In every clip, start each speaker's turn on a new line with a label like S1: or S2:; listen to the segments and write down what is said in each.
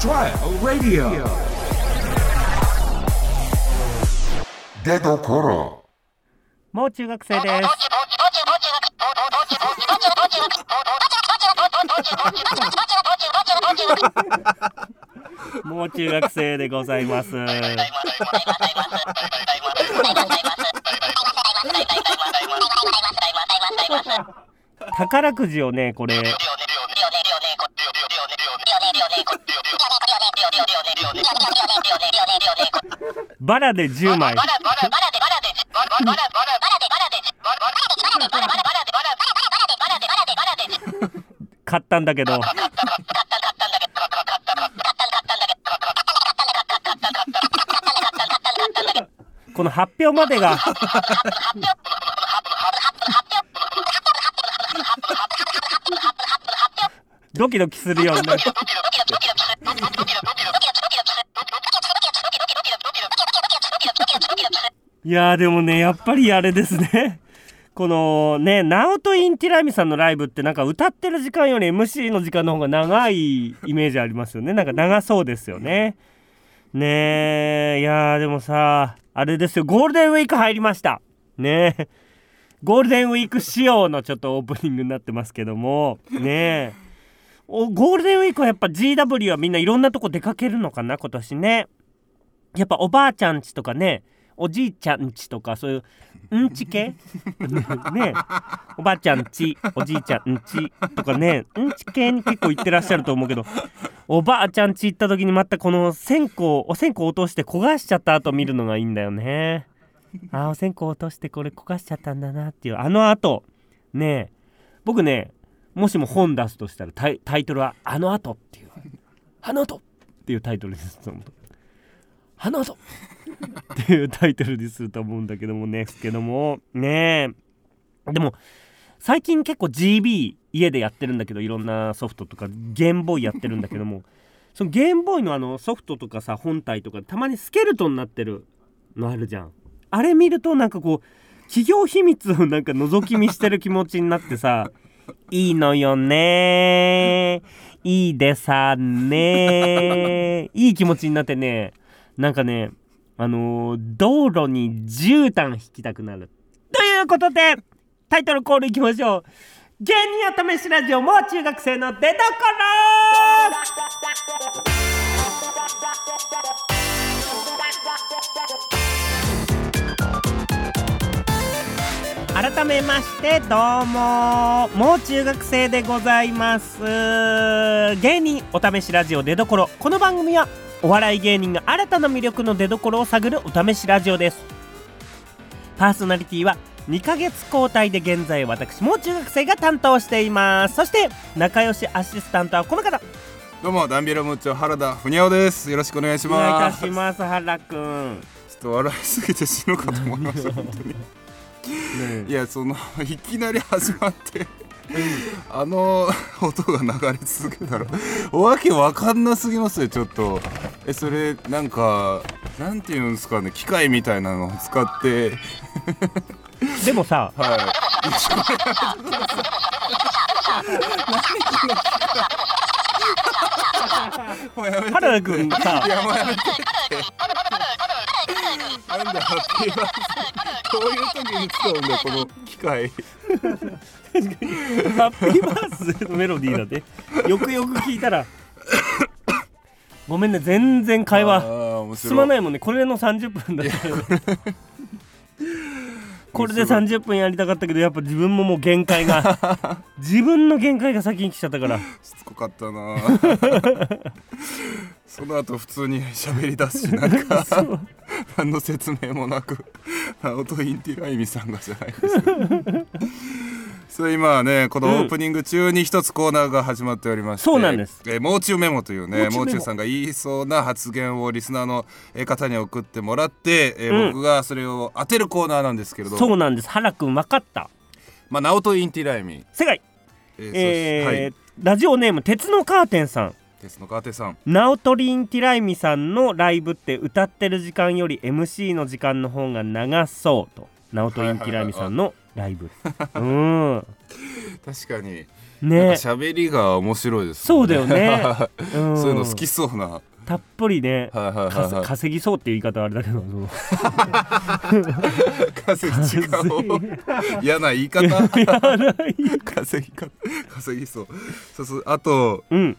S1: trial radio 出どころ
S2: もう中学生です。もう中学生でございます。 宝くじをね、これ。バラで10枚。買ったんだけど。この発表までが。ドキドキするようになる。いやーでもねやっぱりあれですねこのねナオト・インティラミさんのライブってなんか歌ってる時間より MC の時間の方が長いイメージありますよねなんか長そうですよねねえいやーでもさあれですよゴールデンウィーク入りましたねえゴールデンウィーク仕様のちょっとオープニングになってますけどもねえおゴールデンウィークはやっぱ GW はみんないろんなとこ出かけるのかな今年ねやっぱおばあちゃんちとかねおじいちゃんちとかそういうんち系ねおばあちゃんちおじいちゃんちとかねうんち系に結構行ってらっしゃると思うけどおばあちゃんち行った時にまたこの線香お線香落として焦がしちゃった後見るのがいいんだよねあーお線香落としてこれ焦がしちゃったんだなっていうあのあとねえ僕ねもしも本出すとしたらタイタイトルは「あのあと」っていう「あのあと」っていうタイトルにすると思う「あのあと」っていうタイトルにすると思うんだけどもねですけどもねえでも最近結構 GB 家でやってるんだけどいろんなソフトとかゲームボーイやってるんだけどもそのゲームボーイのあのソフトとかさ本体とかたまにスケルトンになってるのあるじゃんあれ見るとなんかこう企業秘密をなんか覗き見してる気持ちになってさいいのよねいいでさねいい気持ちになってねなんかねあのー道路に絨毯引きたくなる。ということでタイトルコールいきましょう芸人お試しラジオもう中学生の出所改めましてどうももう中学生でございます芸人お試しラジオ出所この番組はお笑い芸人が新たな魅力の出所を探るお試しラジオですパーソナリティは2ヶ月交代で現在私もう中学生が担当していますそして仲良しアシスタントはこの方
S3: どうもダンビラムーチョ原田ふにゃおですよろしくお願いし
S2: お願
S3: ま
S2: いい
S3: す
S2: たします原くん、
S3: ちょっと笑いすぎて死ぬかと思いました本当にいやそのいきなり始まってあの音が流れ続けたらわけわかんなすぎますよちょっとえそれなんかなんていうんですかね機械みたいなのを使って
S2: でもさ
S3: はいもうやめて
S2: 原田くんさ
S3: いやもうやめてなんだハッピーバースデーこういう時に使うんだこの機械
S2: ハッピーバースデーのメロディーだってよくよく聞いたらごめんね全然会話進まないいもんねこれの30分だったよこれで
S3: 面白い
S2: 30分やりたかったけどやっぱ自分ももう限 界が自分の限界が先に来ちゃったから
S3: しつこかった なその後普通に喋り出すしなんか何の説明もなくナオトインティライミさんがじゃないですか そう今はねこのオープニング中に一つコーナーが始まっておりまして、
S2: そうなんです
S3: えー、もう中メモというねも
S2: もう中メモ
S3: う中さんが言いそうな発言をリスナーのえー方に送ってもらって、えー
S2: うん
S3: 僕がそれを当てるコーナーなんですけれど
S2: そうなんです原くん分かった
S3: まあナオトインティライミ、
S2: 世界
S3: えーそし
S2: えー
S3: はい、
S2: ラジオネーム鉄のカーテンさん
S3: ですのかてさん
S2: ナオトリン・ティライミさんのライブって歌ってる時間より MC の時間の方が長そうとナオトリン・ティライミさんのライブうん
S3: 確かに なんか
S2: ね
S3: 喋りが面白いです、
S2: そうだよ ねん
S3: そういうの好きそうな、はい
S2: たっぷりね
S3: はい
S2: か
S3: はい
S2: す
S3: は
S2: 稼ぎそうっていう言い方はあれだけ どその
S3: い。稼ぎ違 う。嫌な言い方。 稼ぎか稼ぎそう。そうそうあと
S2: うん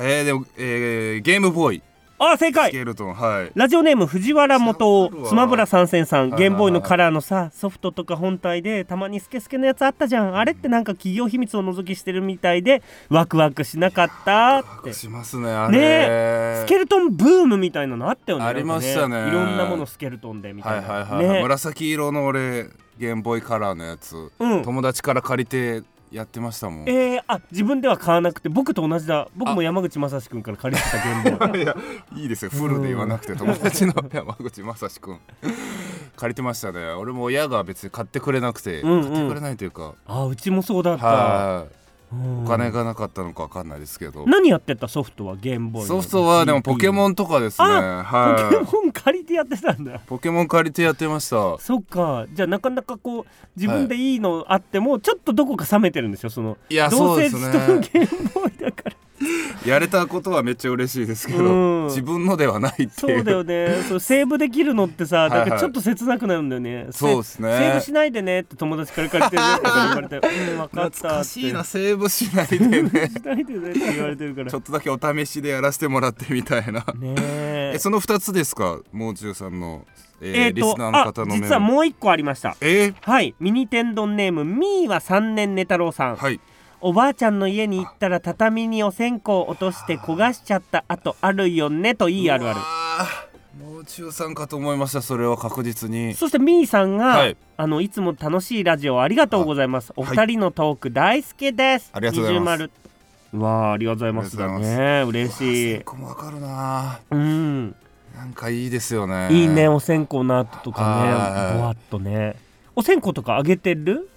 S3: えー、でも、えー、ゲームボーイ、
S2: あ
S3: ス
S2: 正解
S3: ケルトンはい。
S2: ラジオネーム藤原元
S3: 藤原
S2: 夫
S3: は
S2: スマブラ参戦さん
S3: はいはい
S2: ゲームボーイのカラーのさソフトとか本体でたまにスケスケのやつあったじゃんあれってなんか企業秘密を覗きしてるみたいでワクワクしなかったって
S3: しますねあ
S2: ね
S3: れ。
S2: スケルトンブームみたいなのあったよね
S3: ありましたね
S2: なんかいろんなものスケルトンでみ
S3: は
S2: た
S3: い
S2: いな
S3: はいはいはい、
S2: ね
S3: 紫色の俺ゲームボーイカラーのやつ、
S2: うん
S3: 友達から借りてやってましたもん。
S2: えー、あ自分では買わなくて僕と同じだ僕も山口正史君から借りて たゲームボーイ
S3: いやいいですよフルで言わなくて友達の山口正史君借りてましたね俺も親が別に買ってくれなくて、
S2: うんうん
S3: 買ってくれないというか
S2: あうちもそうだった
S3: はい
S2: お
S3: お金がなかったのかわかんないですけど、
S2: 何やってたソフトはゲームボーイの
S3: ソフトはでもポケモ
S2: ン
S3: ンとかですね
S2: あ
S3: はい
S2: ポケモン借りてやってたんだ
S3: ポケモン借りてやってました
S2: そっかじゃあなかなかこう自分でいいのあっても、ちょっとどこか冷めてるんでしょその
S3: いや
S2: ど
S3: そううで
S2: せス
S3: す
S2: ト
S3: ね
S2: ーンゲームボーイだから
S3: やれたことはめっちゃ嬉しいですけど、
S2: うん
S3: 自分のではないっていう
S2: そうだよねそうセーブできるのって
S3: い
S2: さ
S3: はい
S2: だからちょっと切なくなるんだよね、
S3: そうですね
S2: セーブしないでねって友達から 借りてるって言われて「うん分かった」って
S3: 懐かしいなセーブしないでね
S2: しないでねって言われてるから
S3: ちょっとだけお試しでやらせてもらってみたいな
S2: ねえ
S3: えその2つですかもう中さんの、えー
S2: えー
S3: リスナーの方の
S2: あ
S3: メモ
S2: 実はもう一個ありました
S3: えー
S2: はいミニ天丼ネームみーは三年寝太郎さん、
S3: はい
S2: おばあちゃんの家に行ったら畳にお線香落として焦がしちゃったあとあるよねといいあるある
S3: るもう中さんかと思いましたそれは確実に
S2: そしてみーさんが、
S3: はい
S2: あのいつも楽しいラジオありがとうございますお
S3: はい
S2: 二人のトーク大好きです、
S3: ありがとうございます
S2: 二重丸わあありがとうございますだ
S3: ありがとうご
S2: ね嬉しい
S3: 1個もわかるな
S2: うん
S3: なんかいいですよね
S2: いいねお線香の後とか
S3: は
S2: ね
S3: い
S2: ぼわっとねお線香とかあげてる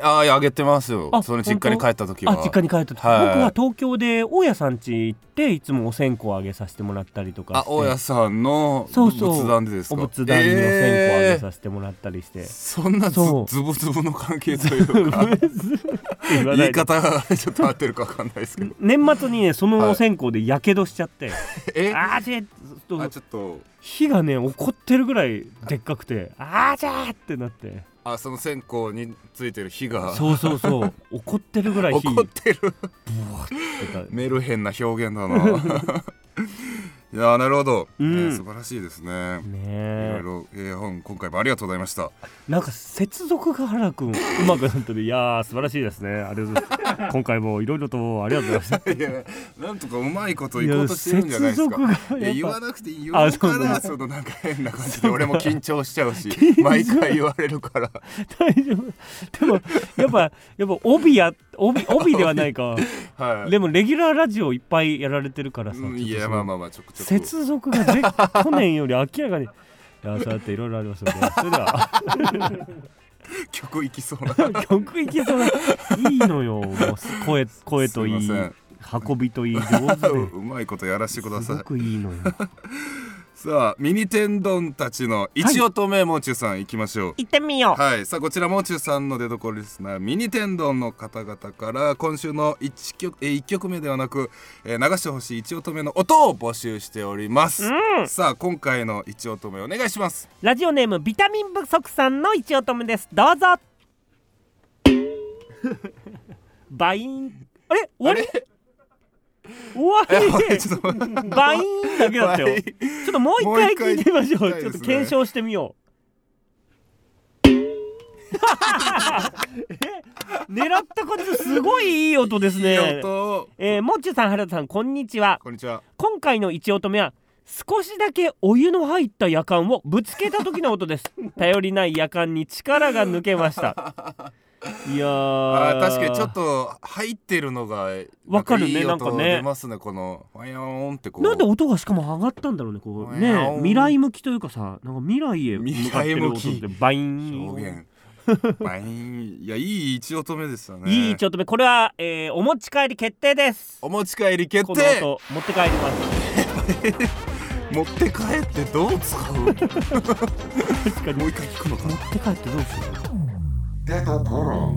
S3: あーいやあげてますよ
S2: あ
S3: その実家に帰った時は
S2: あ実家に帰った時、
S3: はい
S2: 僕は東京で大家さん家行っていつもお線香あげさせてもらったりとかして
S3: あ大家さんの
S2: そうそう
S3: 仏壇でですか
S2: お仏壇にお線香あげさせてもらったりして、
S3: えーそんなズ
S2: そう
S3: ズブズブの関係という か
S2: 言わな
S3: 言い
S2: いで
S3: 方が ちょっと合ってるかわかんないです けど
S2: 年末にねそのお線香でやけどしちゃって、
S3: えあ
S2: あーじゃーっと
S3: ちょっと
S2: 火がね怒ってるぐらいでっかくてあーじゃーってなって
S3: あその線香についてる火が
S2: そうそうそう怒ってるぐらい 火
S3: 怒ってる
S2: ってた
S3: メルヘンな表現だ ないやーなるほど、
S2: うん
S3: えー素晴らしいですね
S2: ね
S3: いろい
S2: え
S3: ろ、えー本今回もありがとうございま した
S2: なんか接続が原くんうまくなったでいやー素晴らしいですねありがとうございます今回もいろいろとありがとうございました
S3: いやなんとかうまいこといこうとしてるんじゃないですか
S2: いや接続が
S3: いや
S2: やっぱ
S3: 言わなくていいよ
S2: あ
S3: だか
S2: そうそう
S3: らそのなんか変な感じで俺も緊張しちゃう し毎回言われるから
S2: 大丈夫でもやっぱやっぱ帯や帯帯ではないか
S3: はい
S2: でもレギュラーラジオいっぱいやられてるからさ、
S3: うん
S2: ちょっと
S3: いや
S2: その
S3: まあまあまあちょくちょく
S2: 接続がで去年より明らかにいやそうやっていろいろありますよ ねそれでは
S3: 曲いきそうな
S2: 曲いけそうないいのよもう声声といい
S3: すいま
S2: 運びといい上手
S3: ううまいことやらせてくだ
S2: です
S3: さ
S2: ご
S3: い
S2: くいいのよ
S3: さあミニ天丼たちの一音目もう中さんいきましょう
S2: 行ってみよう
S3: はい、さあこちらもう中さんの出所リスナーミニ天丼の方々から今週の1曲えー一曲目ではなく、えー流してほしい一音目の音を募集しております、さあ今回の一音目お願いし ます
S2: ラジオネームビタミン不足さんの一音目ですどう ぞバインあれ終わり
S3: え
S2: 終わ
S3: おい
S2: り
S3: ちょっと待って
S2: バインだけだったよ
S3: バイン
S2: ちょっともう一回
S3: もう一回
S2: 聞いてみまし
S3: 聞き
S2: ょ
S3: た
S2: う
S3: い
S2: ち
S3: で
S2: ょっ
S3: す
S2: と
S3: ね
S2: 検証してみよ うえ狙った感じですごいいい音ですね
S3: いい音
S2: えー、もっちゅさん原田さんこんにちは
S3: こんにちは
S2: 今回の一音目は少しだけお湯の入った夜間をぶつけた時の 音です頼りない夜間に力が抜けましたいや
S3: あ
S2: ー
S3: ー確かにちょっと入ってるのが
S2: わかるね
S3: いい音
S2: なんかね
S3: 出ますねこのワヤーンってこう
S2: なんで音がしかも上がったんだろうねこう
S3: いや
S2: ね
S3: ー
S2: 未来向きというかさなんか未来へ向かってる音
S3: 未
S2: っ
S3: 来
S2: てバイーン
S3: 表現バインいやいい一音目ですよね
S2: いい一音目これは、えー、お持ち帰り決定です
S3: お持ち帰り決
S2: この
S3: 定
S2: 音持って帰ります
S3: 持って帰ってどう使うもう一回聞くのかな
S2: 持って帰ってどうする
S1: 出どころ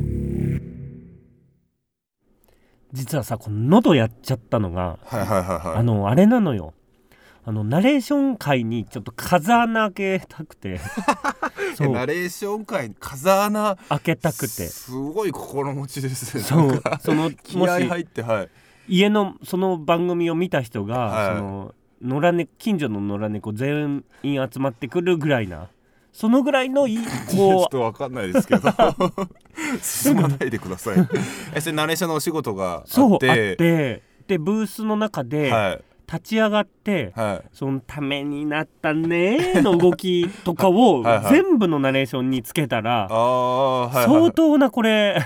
S2: 実はさこの喉やっちゃったのが、
S3: はいはいはい は
S2: あ
S3: い
S2: のあれなのよあのナレーション会にちょっと風穴開けたく て
S3: え
S2: そう
S3: ナレーション会風穴
S2: 開けたくて
S3: すごい心持ちですね
S2: そ
S3: なん
S2: う
S3: か
S2: その
S3: 気
S2: も
S3: 合
S2: し
S3: 入ってはい
S2: 家のその番組を見た人が、
S3: はい
S2: その野良、ね、近所の野良猫全員集まってくるぐらいなそのぐらい のいい
S3: ちょ
S2: こ
S3: っとわかんないですけど 進まないでくださいえそれナレーションのお仕事があっ
S2: う
S3: て
S2: そうあってでブースの中で
S3: はい
S2: 立ち上がって、
S3: はい
S2: そのためになったねーの動きとか を
S3: はいはい
S2: 全部のナレーションにつけた
S3: あ
S2: ら
S3: あはい、はい、
S2: 相当なこれ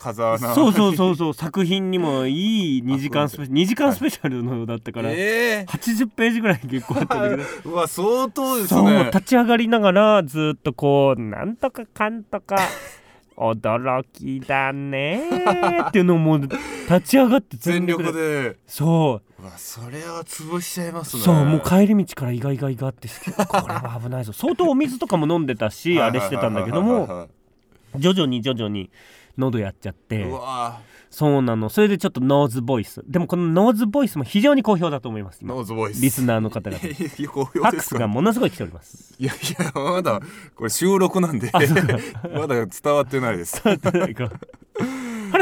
S3: 風穴
S2: そうそうそうそう作品にもいい2時間スペシャル2時間スペシャルのようだったから
S3: ええ
S2: 80ページぐらい結構あったんだけど
S3: うわ相当です
S2: そう
S3: ね
S2: 立ち上がりながらずっとこうなんとかかん とか驚きだねーっていうのをもう立ち上がって
S3: 全力で
S2: そう
S3: うわそれは潰しちゃいますね
S2: そうもう帰り道から意外が意外ってしてこれは危ない ぞ相当お水とかも飲んでたしあれしてたんだけど
S3: はいはい
S2: も
S3: はい
S2: 徐々に徐々に喉やっちゃっ
S3: はい
S2: て
S3: うわ
S2: そうなのそれでちょっとノーズボイスでもこのノーズボイスも非常に好評だと思います今
S3: ノーズボイス
S2: リスナーの方 々
S3: いやいや好評
S2: ファッ
S3: で
S2: ク
S3: す
S2: ス
S3: か
S2: がものすごい来ております
S3: いやいやまだこれ収録なんで まだ伝わってない です
S2: なんかはる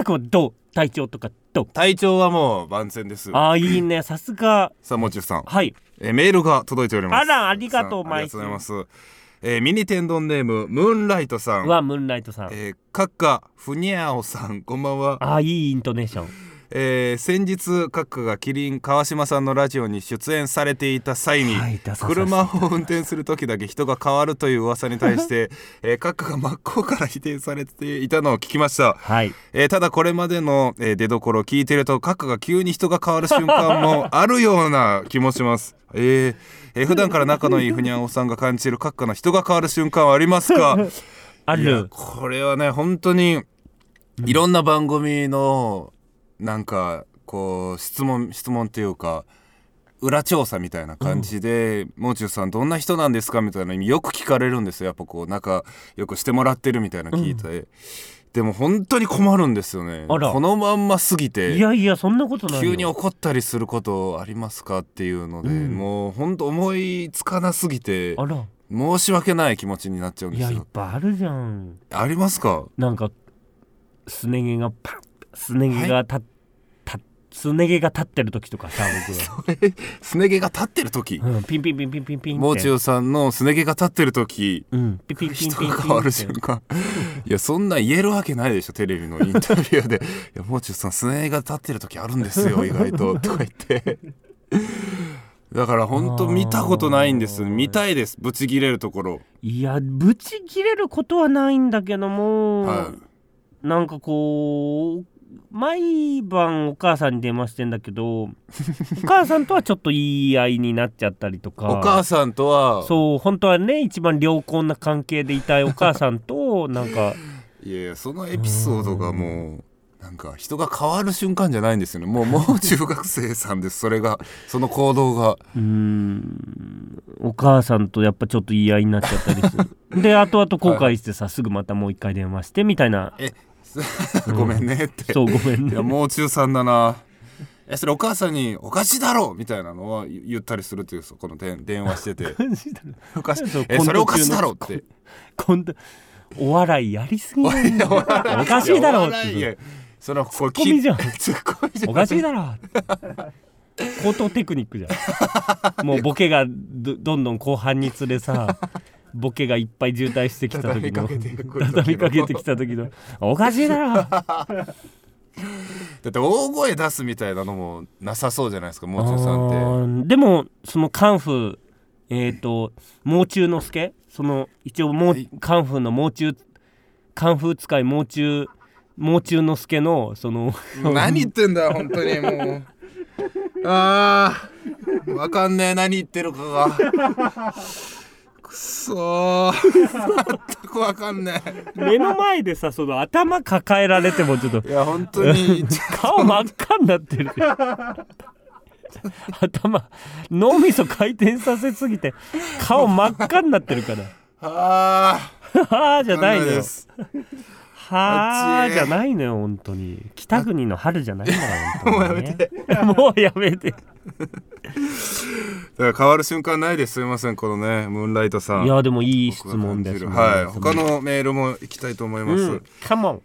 S2: くんはどう体調とかどう
S3: 体調はもう万全です
S2: ああいいねさすが
S3: さあもちゅうさん
S2: はい
S3: えーメールが届いております
S2: あらありがとう
S3: さんあ
S2: マ
S3: りが
S2: イキ
S3: とう
S2: ー
S3: ございますえーミニ天丼ネームムーンライトさん
S2: はムーンライトさん
S3: えー、カッカフニャオさんこんばんは、
S2: ああいいイントネーション
S3: えー先日カッカがキリン川島さんのラジオに出演されていた際に、
S2: はい出させていただき
S3: 車
S2: ま
S3: を運転する時だけ人が変わるという噂に対 して、えー、カッカが真っ向から否定されていたのを聞きました、
S2: はい
S3: えーただこれまでの、えー出どころを聞いてると閣下が急に人が変わる瞬間もあるような気もします。えーえー普段から仲のいいふにゃんおさんが感じる閣下の人が変わる瞬間はありますか
S2: あ
S3: いや
S2: る
S3: これはね本当にいろんな番組のなんかこう質問質問っていうか裏調査みたいな感じで「もう中さんどんな人なんですか?」みたいなのよく聞かれるんですよやっぱこう仲良くしてもらってるみたいなの聞いて、でも本当に困るんですよね
S2: あら
S3: このまんま過ぎて
S2: いやいやそんなことないよ
S3: 急に怒ったりすることありますかっていうので、
S2: うん
S3: もう本当思いつかなすぎて
S2: あら
S3: 申し訳ない気持ちになっちゃうん
S2: い
S3: で
S2: や
S3: す
S2: いっ
S3: よ。
S2: ぱいあるじゃん
S3: ありますか
S2: なんかすね毛がパッすね毛がた、たすね毛が立ってる時とかさ 僕
S3: すね毛が立ってる時
S2: が、うん、ピンピンピンピンピンピンって
S3: もう中さんのすね毛が立ってる時
S2: うんピンピンピンピン
S3: 人
S2: ピンっ
S3: が
S2: て
S3: 変わる瞬間いやそんなん言えるわけないでしょテレビのインタビ ューで「いやもう中さんすね毛が立ってる時あるんですよ意外と」 とか言ってだから本当見たことないんです
S2: あー
S3: 見たいですブチ切れるところ
S2: いやブチ切れることはないんだけども、
S3: は
S2: なんかこう毎晩お母さんに電話してんだ けどお母さんとはちょっと言い合いになっちゃったりとか
S3: お母さんとは
S2: そう本当はね一番良好な関係でいたいお母さ んとなんか
S3: いやいやそのエピソードがもうなんか人が変わる瞬間じゃないんですよねもうもう中学生さんですそれがその行動 が
S2: うーんお母さんとやっぱちょっと言い合いになっちゃったりす るで後々後悔してさ、すぐまたもう一回電話してみたいな
S3: えごめんねって
S2: そうごめん
S3: い
S2: ね
S3: やもう中さんだなえそれお母さんに「おかしいだろ!」みたいなのは言言ったりするっていうそこの電電話してておかしい
S2: そう
S3: え
S2: コン
S3: そ
S2: ト中の
S3: れおかしいだろって
S2: 今度お笑いやりすぎなんだよおかしいだろっ
S3: や笑い
S2: て
S3: やそれはこれ
S2: ツッコミじゃん
S3: ツッコミじゃん
S2: おかしいだろ高等テクニックじゃんもうボケがどどんどん後半につれさボケがいっぱい渋滞してきた時
S3: 畳み
S2: の
S3: かけてくる時の
S2: 畳みかけてきた時のおかしいだろ
S3: だって大声出すみたいなのもなさそうじゃないですかもう中さんって
S2: あーでもそのカンフーえっ、と猛中の助その一応もう
S3: はい
S2: カンフーの猛中カンフー使い猛中猛中の助のその
S3: 何言ってんだよ本当にもうあーわかんねえ何言ってるかがくそー 全くわかんねえ
S2: 目の前でさその頭抱えられてもちょっと
S3: いや本当に
S2: 顔真っ赤になってる頭脳みそ回転させすぎて顔真っ赤になってるから
S3: ああ
S2: はあじゃないのよ
S3: す
S2: は
S3: あっ
S2: ー
S3: ち
S2: じゃないのよ本当に北国の春じゃないんだから
S3: もう
S2: 本
S3: や
S2: 当
S3: め
S2: にね
S3: て
S2: もうやめて
S3: だから変わる瞬間ないですすいませんこのねムーンライトさん
S2: いやでもいい質問ですね
S3: はい他のメールも行きたいと思います、
S2: うんカモン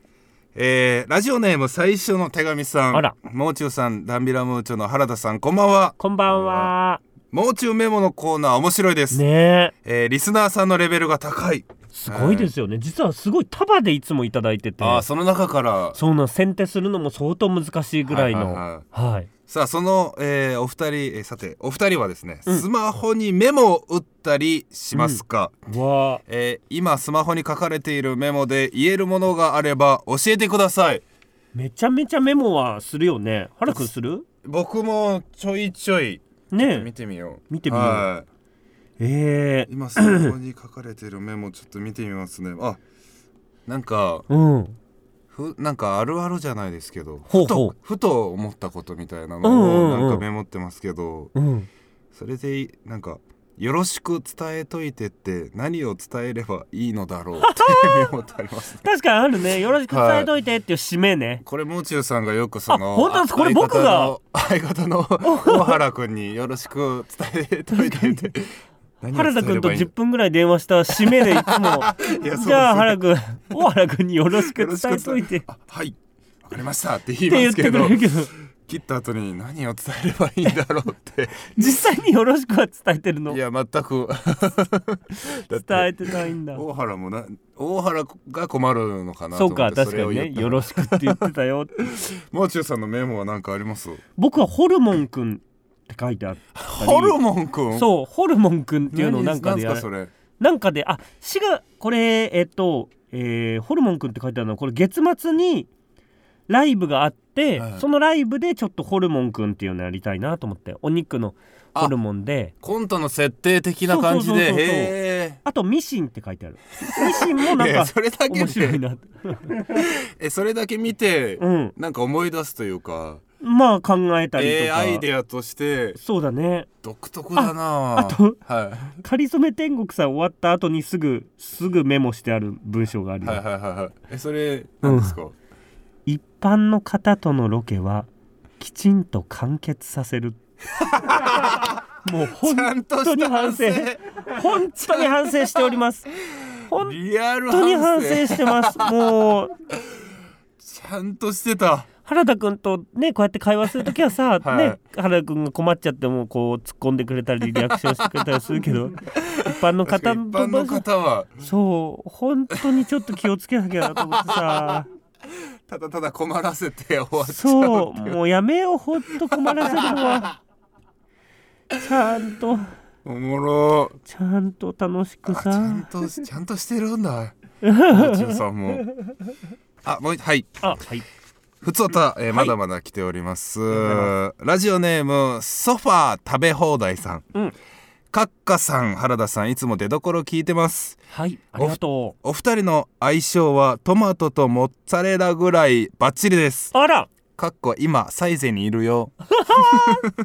S3: えーラジオネーム最初の手紙さん
S2: あら
S3: もう中さんダンビラムーチョの原田さんこんばんは
S2: こんばんは
S3: もう中メモのコーナー面白いです、
S2: ねえ
S3: えーリスナーさんのレベルが高い
S2: すごいですよね実はすごい束でいつもいただいてて
S3: あーその中から
S2: そうなん先手するのも相当難しいぐらい
S3: はい
S2: の
S3: はいは
S2: はい
S3: さあその、えーお二人、えーさてお二人はですね、スマホにメモを打ったりしますか、
S2: わあ
S3: えー今スマホに書かれているメモで言えるものがあれば教えてください
S2: めちゃめちゃメモはするよね原くんする
S3: 僕もちょいちょい見
S2: ね
S3: てみよう
S2: 見てみよう
S3: はい
S2: ええ
S3: 今スマホに書かれているメモちょっと見てみますねあなんか
S2: うん
S3: ふなんかあるあるじゃないですけど
S2: ほう
S3: ふと
S2: ほう
S3: ふと思ったことみたいな
S2: うん
S3: の
S2: うんうん
S3: をなんかメモってますけど、
S2: うん
S3: それでいなんか「よろしく伝えといて」って何を伝えればいいのだろうって メモってありますね
S2: 確かにあるねよろしく伝えといてっていう締めね
S3: これもう中さんがよくその
S2: あ本当ですこれ僕が
S3: 相方の相方の大原君に「よろしく伝えといて」って
S2: 原田君と10
S3: 10
S2: 分ぐらい電話した締めでいつ
S3: い
S2: も
S3: やそうですね
S2: じゃあ原君大原君によろしく伝えといてって
S3: はいわかりましたって言い
S2: 言
S3: ま
S2: っ
S3: す
S2: て
S3: け
S2: く
S3: ど
S2: れるけど
S3: 切った後に何を伝えればいいんだろうって
S2: 実際によろしくは伝えてるの
S3: い
S2: 伝
S3: や全く だって
S2: えてないんだ
S3: 大原もな大原が困るのかなと
S2: そ
S3: 思
S2: うか
S3: って
S2: 確
S3: そ
S2: か
S3: れを
S2: に
S3: 言っ
S2: ね
S3: た
S2: よろしくって言ってたよって
S3: もう中さんのメモは何かあります
S2: 僕はホルモンくんって書いてあったり
S3: ホルモンくん
S2: そうホルモンくんっていうのを
S3: 何
S2: なんかで
S3: 何す
S2: や
S3: かそれ
S2: なんかであしがこれえっと、えーホルモンくんって書いてあるのはこれ月末にライブがあって、
S3: はい
S2: そのライブでちょっとホルモンくんっていうのやりたいなと思ってお肉のホルモンで
S3: コントの設定的な感じで
S2: そうそうそうそう
S3: へ
S2: あとミシンって書いてあるミシンも
S3: え
S2: なん
S3: いや
S2: か
S3: それだけ
S2: 面白い
S3: で
S2: なって
S3: えそれだけ見て、
S2: うん
S3: なんか思い出すというか
S2: まあ考えたりと
S3: えー
S2: か、
S3: アイデアとして
S2: そうだね
S3: 独特だなあ
S2: あと
S3: は
S2: 「かりそめ天国」さん終わった後にすぐすぐメモしてある文章がある
S3: い、
S2: よ、
S3: はいはいはいはいえそれ何ですか、
S2: 一般の方とのロケはきちんと完結さ せる
S3: ちゃん
S2: もう本
S3: と
S2: 当
S3: し
S2: に
S3: た
S2: 反
S3: 反
S2: 省
S3: 省
S2: 本当に反省しております本
S3: リアル
S2: 当に
S3: 反
S2: 反省
S3: 省
S2: してますもう
S3: ちゃんとしてた
S2: 原田君とねこうやって会話する時は さ、
S3: はい
S2: ね原田君が困っちゃってもこう突っ込んでくれたりリアクションしてくれたりする けど一般の
S3: 確か
S2: 方
S3: に一
S2: の
S3: 般の方は
S2: そう本当にちょっと気をつけなきゃなと思ってさ。
S3: ただただ困らせて終わっちゃう
S2: そうもうやめようほんと困らせるのはちゃんと
S3: おもろ
S2: ちゃんと楽しく
S3: あちゃん
S2: さ
S3: としちゃんとしてるん だ。宇宙さんも。あもうはい。
S2: あはい
S3: ふつおた、えーまだまだ来ております。ラジオネームソファー食べ放題さん。
S2: うん
S3: カッカさん原田さんいつも出所聞いてます。
S2: はいありがと
S3: お二人の相性はトマトとモッツァレラぐらいバッチリです。
S2: うあら
S3: かっこ今サイゼにいるよ。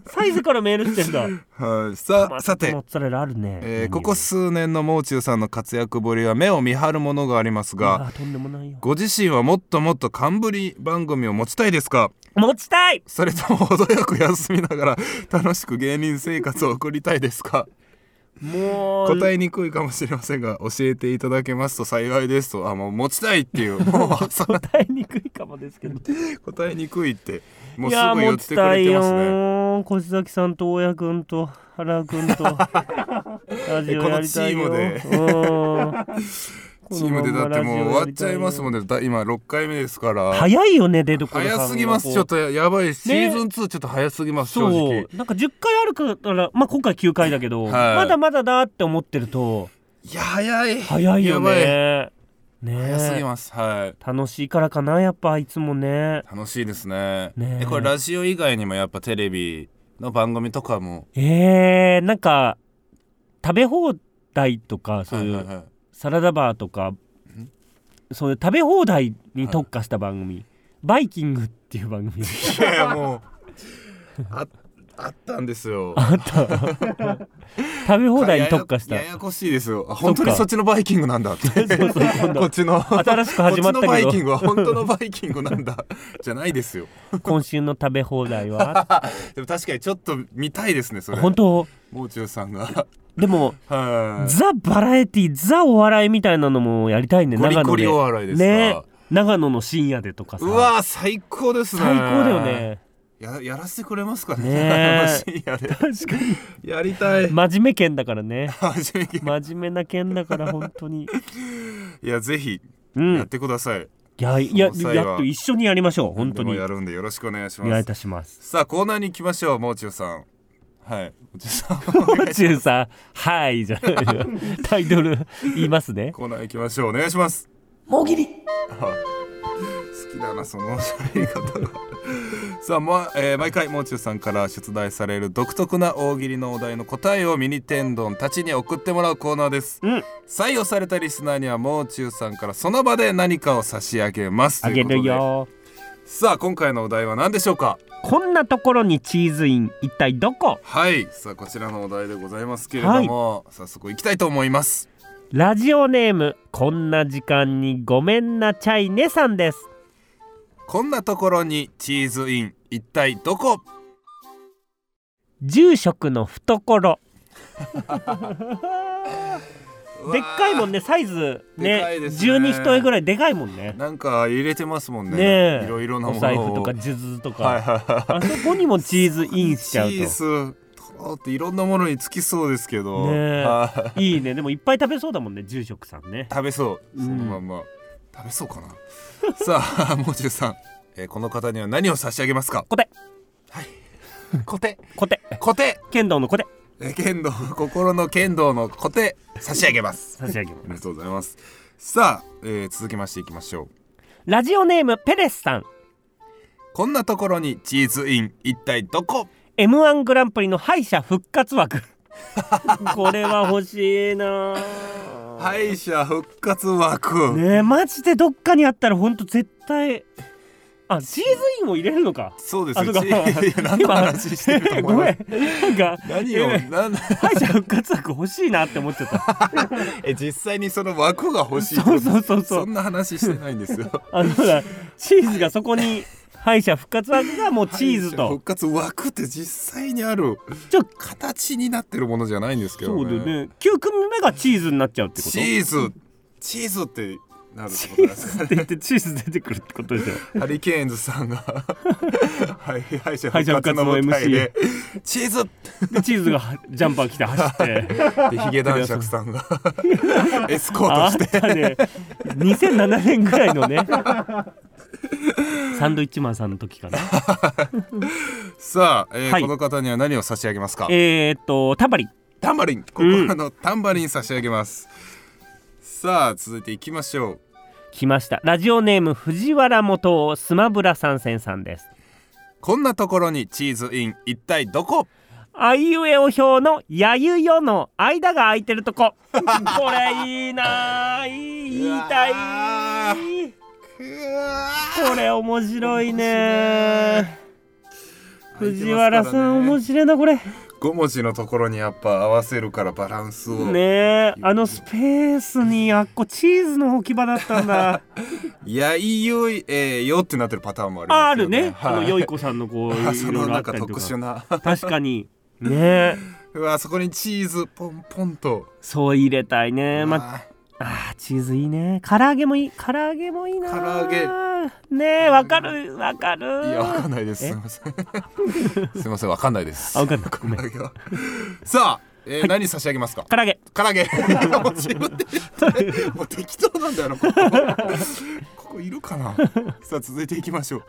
S2: サイズからメールして んだ
S3: はいささて
S2: モッツァレラあるね、
S3: えーここ数年のもう中さんの活躍ぶりは目を見張るものがありますが、
S2: がとんでもないよ
S3: ご自身はもっともっと冠番組を持ちたいですか
S2: 持ちたい
S3: それとも程よく休みながら楽しく芸人生活を送りたいです か
S2: もう
S3: 答えにくいかもしれませんが教えていただけますと幸いですとあもう持ちたいっていうもうそ
S2: 答えにくいかもですけど
S3: 答えにくいってもう
S2: い
S3: す
S2: や
S3: ぐ
S2: 持
S3: 言っ
S2: ち
S3: てく
S2: た
S3: れ
S2: い
S3: て
S2: よ
S3: ますね
S2: ー越崎さんと大家君と原君 とラジオやりたいよ
S3: このチチームでだってもう終わっちゃいますもん
S2: ね
S3: ねだ今6回目ですから、
S2: 早いよね出所さんが
S3: 早すぎますちょっとややばいシーズン2ちょっと早すぎます、正
S2: そ
S3: 直
S2: うなんか10回あるから、まあ、今回9回だけど、
S3: はい
S2: まだまだだって思ってると
S3: いや早い
S2: 早いよ
S3: や
S2: ねね
S3: ばい
S2: え
S3: 早すぎますはい
S2: 楽しいからかなやっぱいつもね
S3: 楽しいですね
S2: ねえ
S3: えこれラジオ以外にもやっぱテレビの番組とかも
S2: えー、なんか食べ放題とかそうい
S3: はいうはいはい
S2: サラダバーとか、そういう食べ放題に特化 した番組「バイキング」っていう番組
S3: いやいやもうあ あったんですよ
S2: あった食べ放題に特化した
S3: ややややこしいですよあ
S2: そっか
S3: 本当にそっちのバイキングなんだって
S2: そうそう今度
S3: こっちの
S2: 新しく始まったけど
S3: こっちのバイキングは本当のバイキングなんだじゃないですよ
S2: 今週の食べ放 題は
S3: でも確かにちょっと見たいですねそれ
S2: 本当
S3: もう中さんが
S2: でも
S3: はい
S2: ザ・バラエティザ・お笑いみたいなのもやりたいね
S3: ゴリ
S2: 長野
S3: ゴリ
S2: で
S3: お笑いですか
S2: ね長野の深夜でとかさ
S3: うわー最高ですね
S2: 最高だよね
S3: ややらせてくれますかね
S2: ね
S3: 深
S2: え
S3: 夜で
S2: 確か に
S3: やりたい、
S2: 真面目県だからね
S3: 初めて
S2: 真面目な県だから本 当に
S3: いやぜひ
S2: う
S3: やっ
S2: ん
S3: てください、
S2: いやいや
S3: その際は
S2: やっと一緒にやりましょう本
S3: で
S2: 当に
S3: もや
S2: お
S3: るんでよろしくお願いし
S2: 願
S3: ま
S2: いい
S3: す
S2: たします
S3: さあコーナーに行きましょうもう中さんはいもう中さん
S2: 宇宙さん「はい」 じゃないよタイトル 言いますね
S3: コーナー行きましょうお願いします
S2: もぎり
S3: あ好きだなその喋り方がさあ、まえー毎回もう中さんから出題される独特な大喜利のお題の答えをミニ天丼たちに送ってもらうコーナーです、
S2: うん
S3: 採用されたリスナーにはもう中さんからその場で何かを差し上げます
S2: あげ
S3: というこ
S2: る
S3: とで
S2: よ
S3: さあ今回のお題は何でしょうか
S2: こんなところにチーズイン一体どこ
S3: はいさあこちらのお題でございますけれども、早速いきたいと思います
S2: ラジオネームこんな時間にごめんなチャイネさんです
S3: こんなところにチーズイン一体どこ
S2: 住職の懐でっかいもん
S3: ね
S2: ねサイズ
S3: でか
S2: ね
S3: いですね
S2: 十二人ぐらいでかいもんね
S3: なんか入れてますもんね
S2: ねえ
S3: いろいろなものを
S2: お財布とか数珠とか、
S3: はいはいは
S2: あそこにもチーズイン
S3: い
S2: しちゃうと
S3: チーズとろっていろんなものにつきそうですけど、
S2: ねえ
S3: はい
S2: いねでもいっぱい食べそうだもんね住職さんね
S3: い食べそう
S2: うん
S3: そのまんま、食べそうかな さあもう中さん、えーこの方には何を差し上げますか
S2: コテ
S3: コテ
S2: コテ
S3: コテ
S2: 剣道のコテ
S3: えー剣道心の剣道のコテ差し上げます
S2: 差し上げ
S3: あり
S2: ま
S3: が
S2: す
S3: とうございますさあ、えー続きましていきましょう
S2: ラジオネームペレスさん
S3: こんなところにチーズイン一体どこ
S2: M1 グランプリの敗者復活 枠これは欲しいなあ
S3: 敗者復活枠、
S2: ねえマジでどっかにあったらほんと絶対あチーズインを入れるのか
S3: そうです
S2: あ
S3: よ
S2: そ
S3: チ
S2: うか
S3: ー 何の話してると
S2: ご
S3: 思いま
S2: め
S3: す
S2: んなんか
S3: 何を
S2: えー
S3: 何
S2: 敗者復活枠欲しいなって思っちゃった
S3: え実際にその枠が欲しいって
S2: そ
S3: こ
S2: う
S3: と
S2: そうそうそう
S3: そんな話してないんですよ
S2: あのほらチーズがそこに敗者復活枠がもう チーズ
S3: 敗者復
S2: と
S3: 活枠って実際にある
S2: ちょっと
S3: 形になってるものじゃないんですけど
S2: そう
S3: ね
S2: だよね9組目がチーズになっちゃうってこと
S3: チーズチーズってなるってことなんですか
S2: って言ってチーズ出てくるってことでしょ
S3: ハリケーンズさんが はい敗者
S2: 敗
S3: 復
S2: 者
S3: 活
S2: 復活
S3: の
S2: の
S3: 舞台でチーズっ
S2: でチーズがはジャンパー着て走っ て
S3: てヒゲ男爵さん がエスコー
S2: ああっ
S3: トして
S2: たね2007年ぐらいのねサンドイッチマンさんの時か な
S3: さあ、えー
S2: はい
S3: この方には何を差し上げますか
S2: えーっとタバリン
S3: タンバリン心のタンバリン差し上げます、さあ続いていきましょう
S2: 来ましたラジオネーム藤原元夫スマブラ参戦さんです
S3: こんなところにチーズイン一体どこ
S2: あいうえお表のやゆよの間が空いてる とここれいいなあいい言いた
S3: うわあ
S2: いこれ面白いね藤原さん
S3: 白
S2: 面
S3: い
S2: 白いなこれ
S3: 5文字のところにやっぱ合わせるからバランスを、
S2: ねえあのスペースにあっこチーズの置き場だったんだ
S3: やいよい、えーよってなってるパター ンもあります
S2: あ
S3: よ
S2: るね、
S3: はい
S2: あのよい子さんのこう
S3: あ
S2: い
S3: そ
S2: ろい
S3: のな
S2: ろあっ
S3: んか
S2: たりと
S3: 特殊
S2: か
S3: な
S2: 確かにねえ
S3: うわそこにチーズポンポンと、
S2: そう入れたいねまあ
S3: あ
S2: あーチーズいいね唐揚げもいい唐揚げもいいな
S3: 唐揚げ
S2: ねえわかるわかる
S3: いやわかんないですす
S2: え
S3: いませんすいません わかんないです
S2: あわかんないごめ ん
S3: 唐揚げはさあ、えー何差し上げますか
S2: 唐揚げ
S3: 唐 揚げもう自分で言ってもう適当なんだよなこ こここいるかなさあ続いていきましょう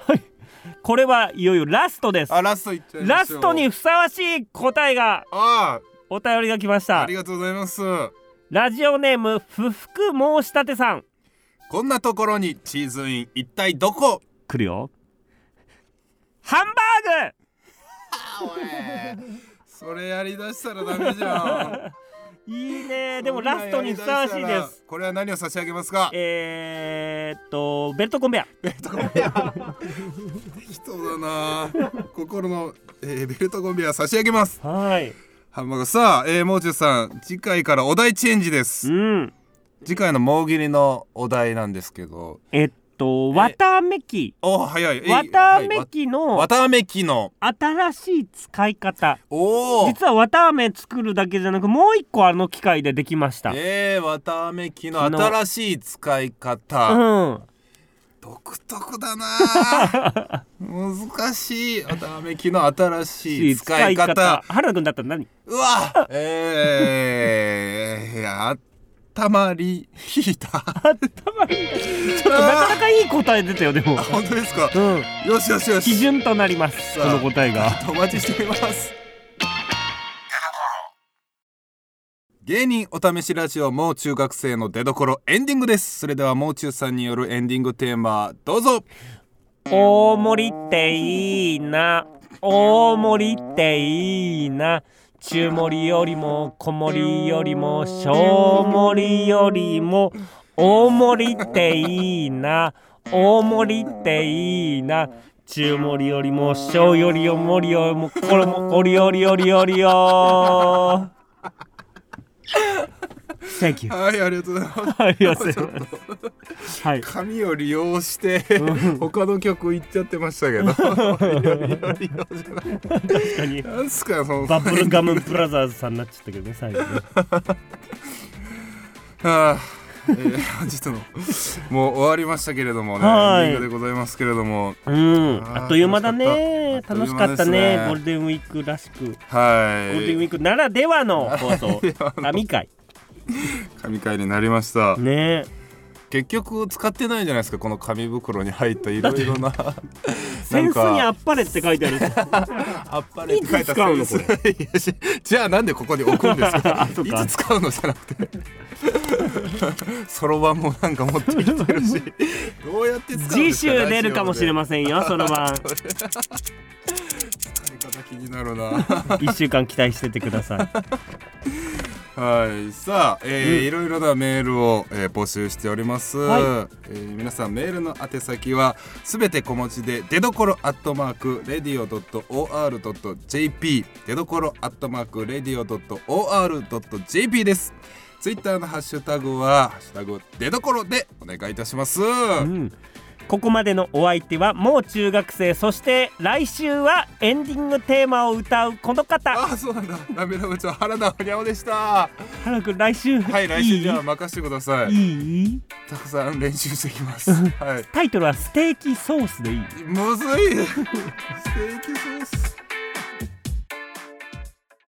S2: これはいよいよラストです
S3: あラストいっちゃいま
S2: ラ
S3: しょう
S2: ストにふさわしい答えが
S3: あ
S2: お便りが来まし
S3: あ
S2: た
S3: ありがとうございます
S2: ラジオネーム不服申し立てさん
S3: こんなところにチーズイン一体どこ
S2: 来るよハンバーグ
S3: それやりだしたらダメじゃん
S2: いいねでもラストにふさわしいです
S3: これは何を差し上げますか
S2: えー、っとベルトコンベア
S3: ベルトコンベア人だな 心の、えーベルトコンベア差し上げます
S2: はい
S3: ハンバーグさあ、えー、もう中さん次回からお題チェンジで
S2: う
S3: す
S2: ん
S3: 次回の大喜利のお題なんですけど
S2: えっと綿あめ機
S3: お早いえい
S2: 綿あ
S3: はい
S2: め
S3: わ
S2: 機の
S3: 綿あめ機の
S2: 新しい使い方
S3: おお
S2: 実は綿あめ作るだけじゃなくもう一個あの機械でできました
S3: えー、綿あめ機の
S2: あの
S3: 新しい使いう方
S2: ん
S3: 独特だ な難しい綿あめ機の新しい使い方
S2: 原田君だったら何
S3: うわえー、いや頭リヒーター
S2: たまにちょっとなか なかいい答え出たよでも
S3: 本当ですか
S2: うん
S3: よしよしよし
S2: 基準となります
S3: さ
S2: こ
S3: あ
S2: の答えが
S3: お待ちしております芸人お試しラジオもう中学生の出所エンディングですそれではもう中さんによるエンディングテーマどうぞ
S2: 大盛りっていいな大盛りっていいな中盛りよりも小盛りよりも小盛りよりも大盛りっていいな大盛りっていいな中盛りよりも小よりよ盛りよりもこれもこりよりよりよりよ Thank you
S3: はいありがとうございます
S2: ありがとうございますはい
S3: 紙を利用して他の曲行っちゃってましたけどよりよりよりじゃない
S2: 確かに
S3: なんすかその
S2: バブルガムブラザーズさんになっちゃったけどね最後ね
S3: はあえー本日ももう終わりましたけれどもね
S2: はい
S3: エンディングでございますけれども
S2: うん、
S3: あー
S2: あっという間だね
S3: 楽
S2: 楽
S3: し
S2: し
S3: かった
S2: か
S3: あ
S2: った
S3: っという間です
S2: ね
S3: ね
S2: ゴールデンウィークらしくゴ
S3: はい
S2: ールデンウィークならではの放送神回
S3: 神回になりました
S2: ね
S3: 結局使ってないんじゃないですかこの紙袋に入ったいろいろな
S2: センスにあっぱれって書いてある
S3: あっぱれって書いた
S2: いつ使うの
S3: センスいやしじゃあなんでここに置くんです か
S2: そっ
S3: い
S2: か
S3: つ使うのじゃなくてそろばんもなんか持ってきてる しどうやって使うんですか
S2: 次週出るかもしれませんよその晩
S3: せん使い方気になるな
S2: 1週間期待しててください
S3: はいさあ、えー
S2: うん
S3: いろいろなメールを、えー募集しております、
S2: は
S3: えー皆さんメールの宛先はすべて小文字で出どころアットマークレディオドット OR.jp 出どころアットマークレディオドット OR.jp ですツイッターのハッシュタグはハッシュタグ出どころでお願いいたします、
S2: うんここまでのお相手はもう中学生そして来週はエンディングテーマを歌うこの方
S3: ああそうなんだラメラ部長原田ほにゃおでした
S2: 原くん来週
S3: はい来週じゃあ任せてください
S2: いい
S3: たくさん練習してきますはい
S2: タイトルはステーキソースでいい
S3: むずいステーキソース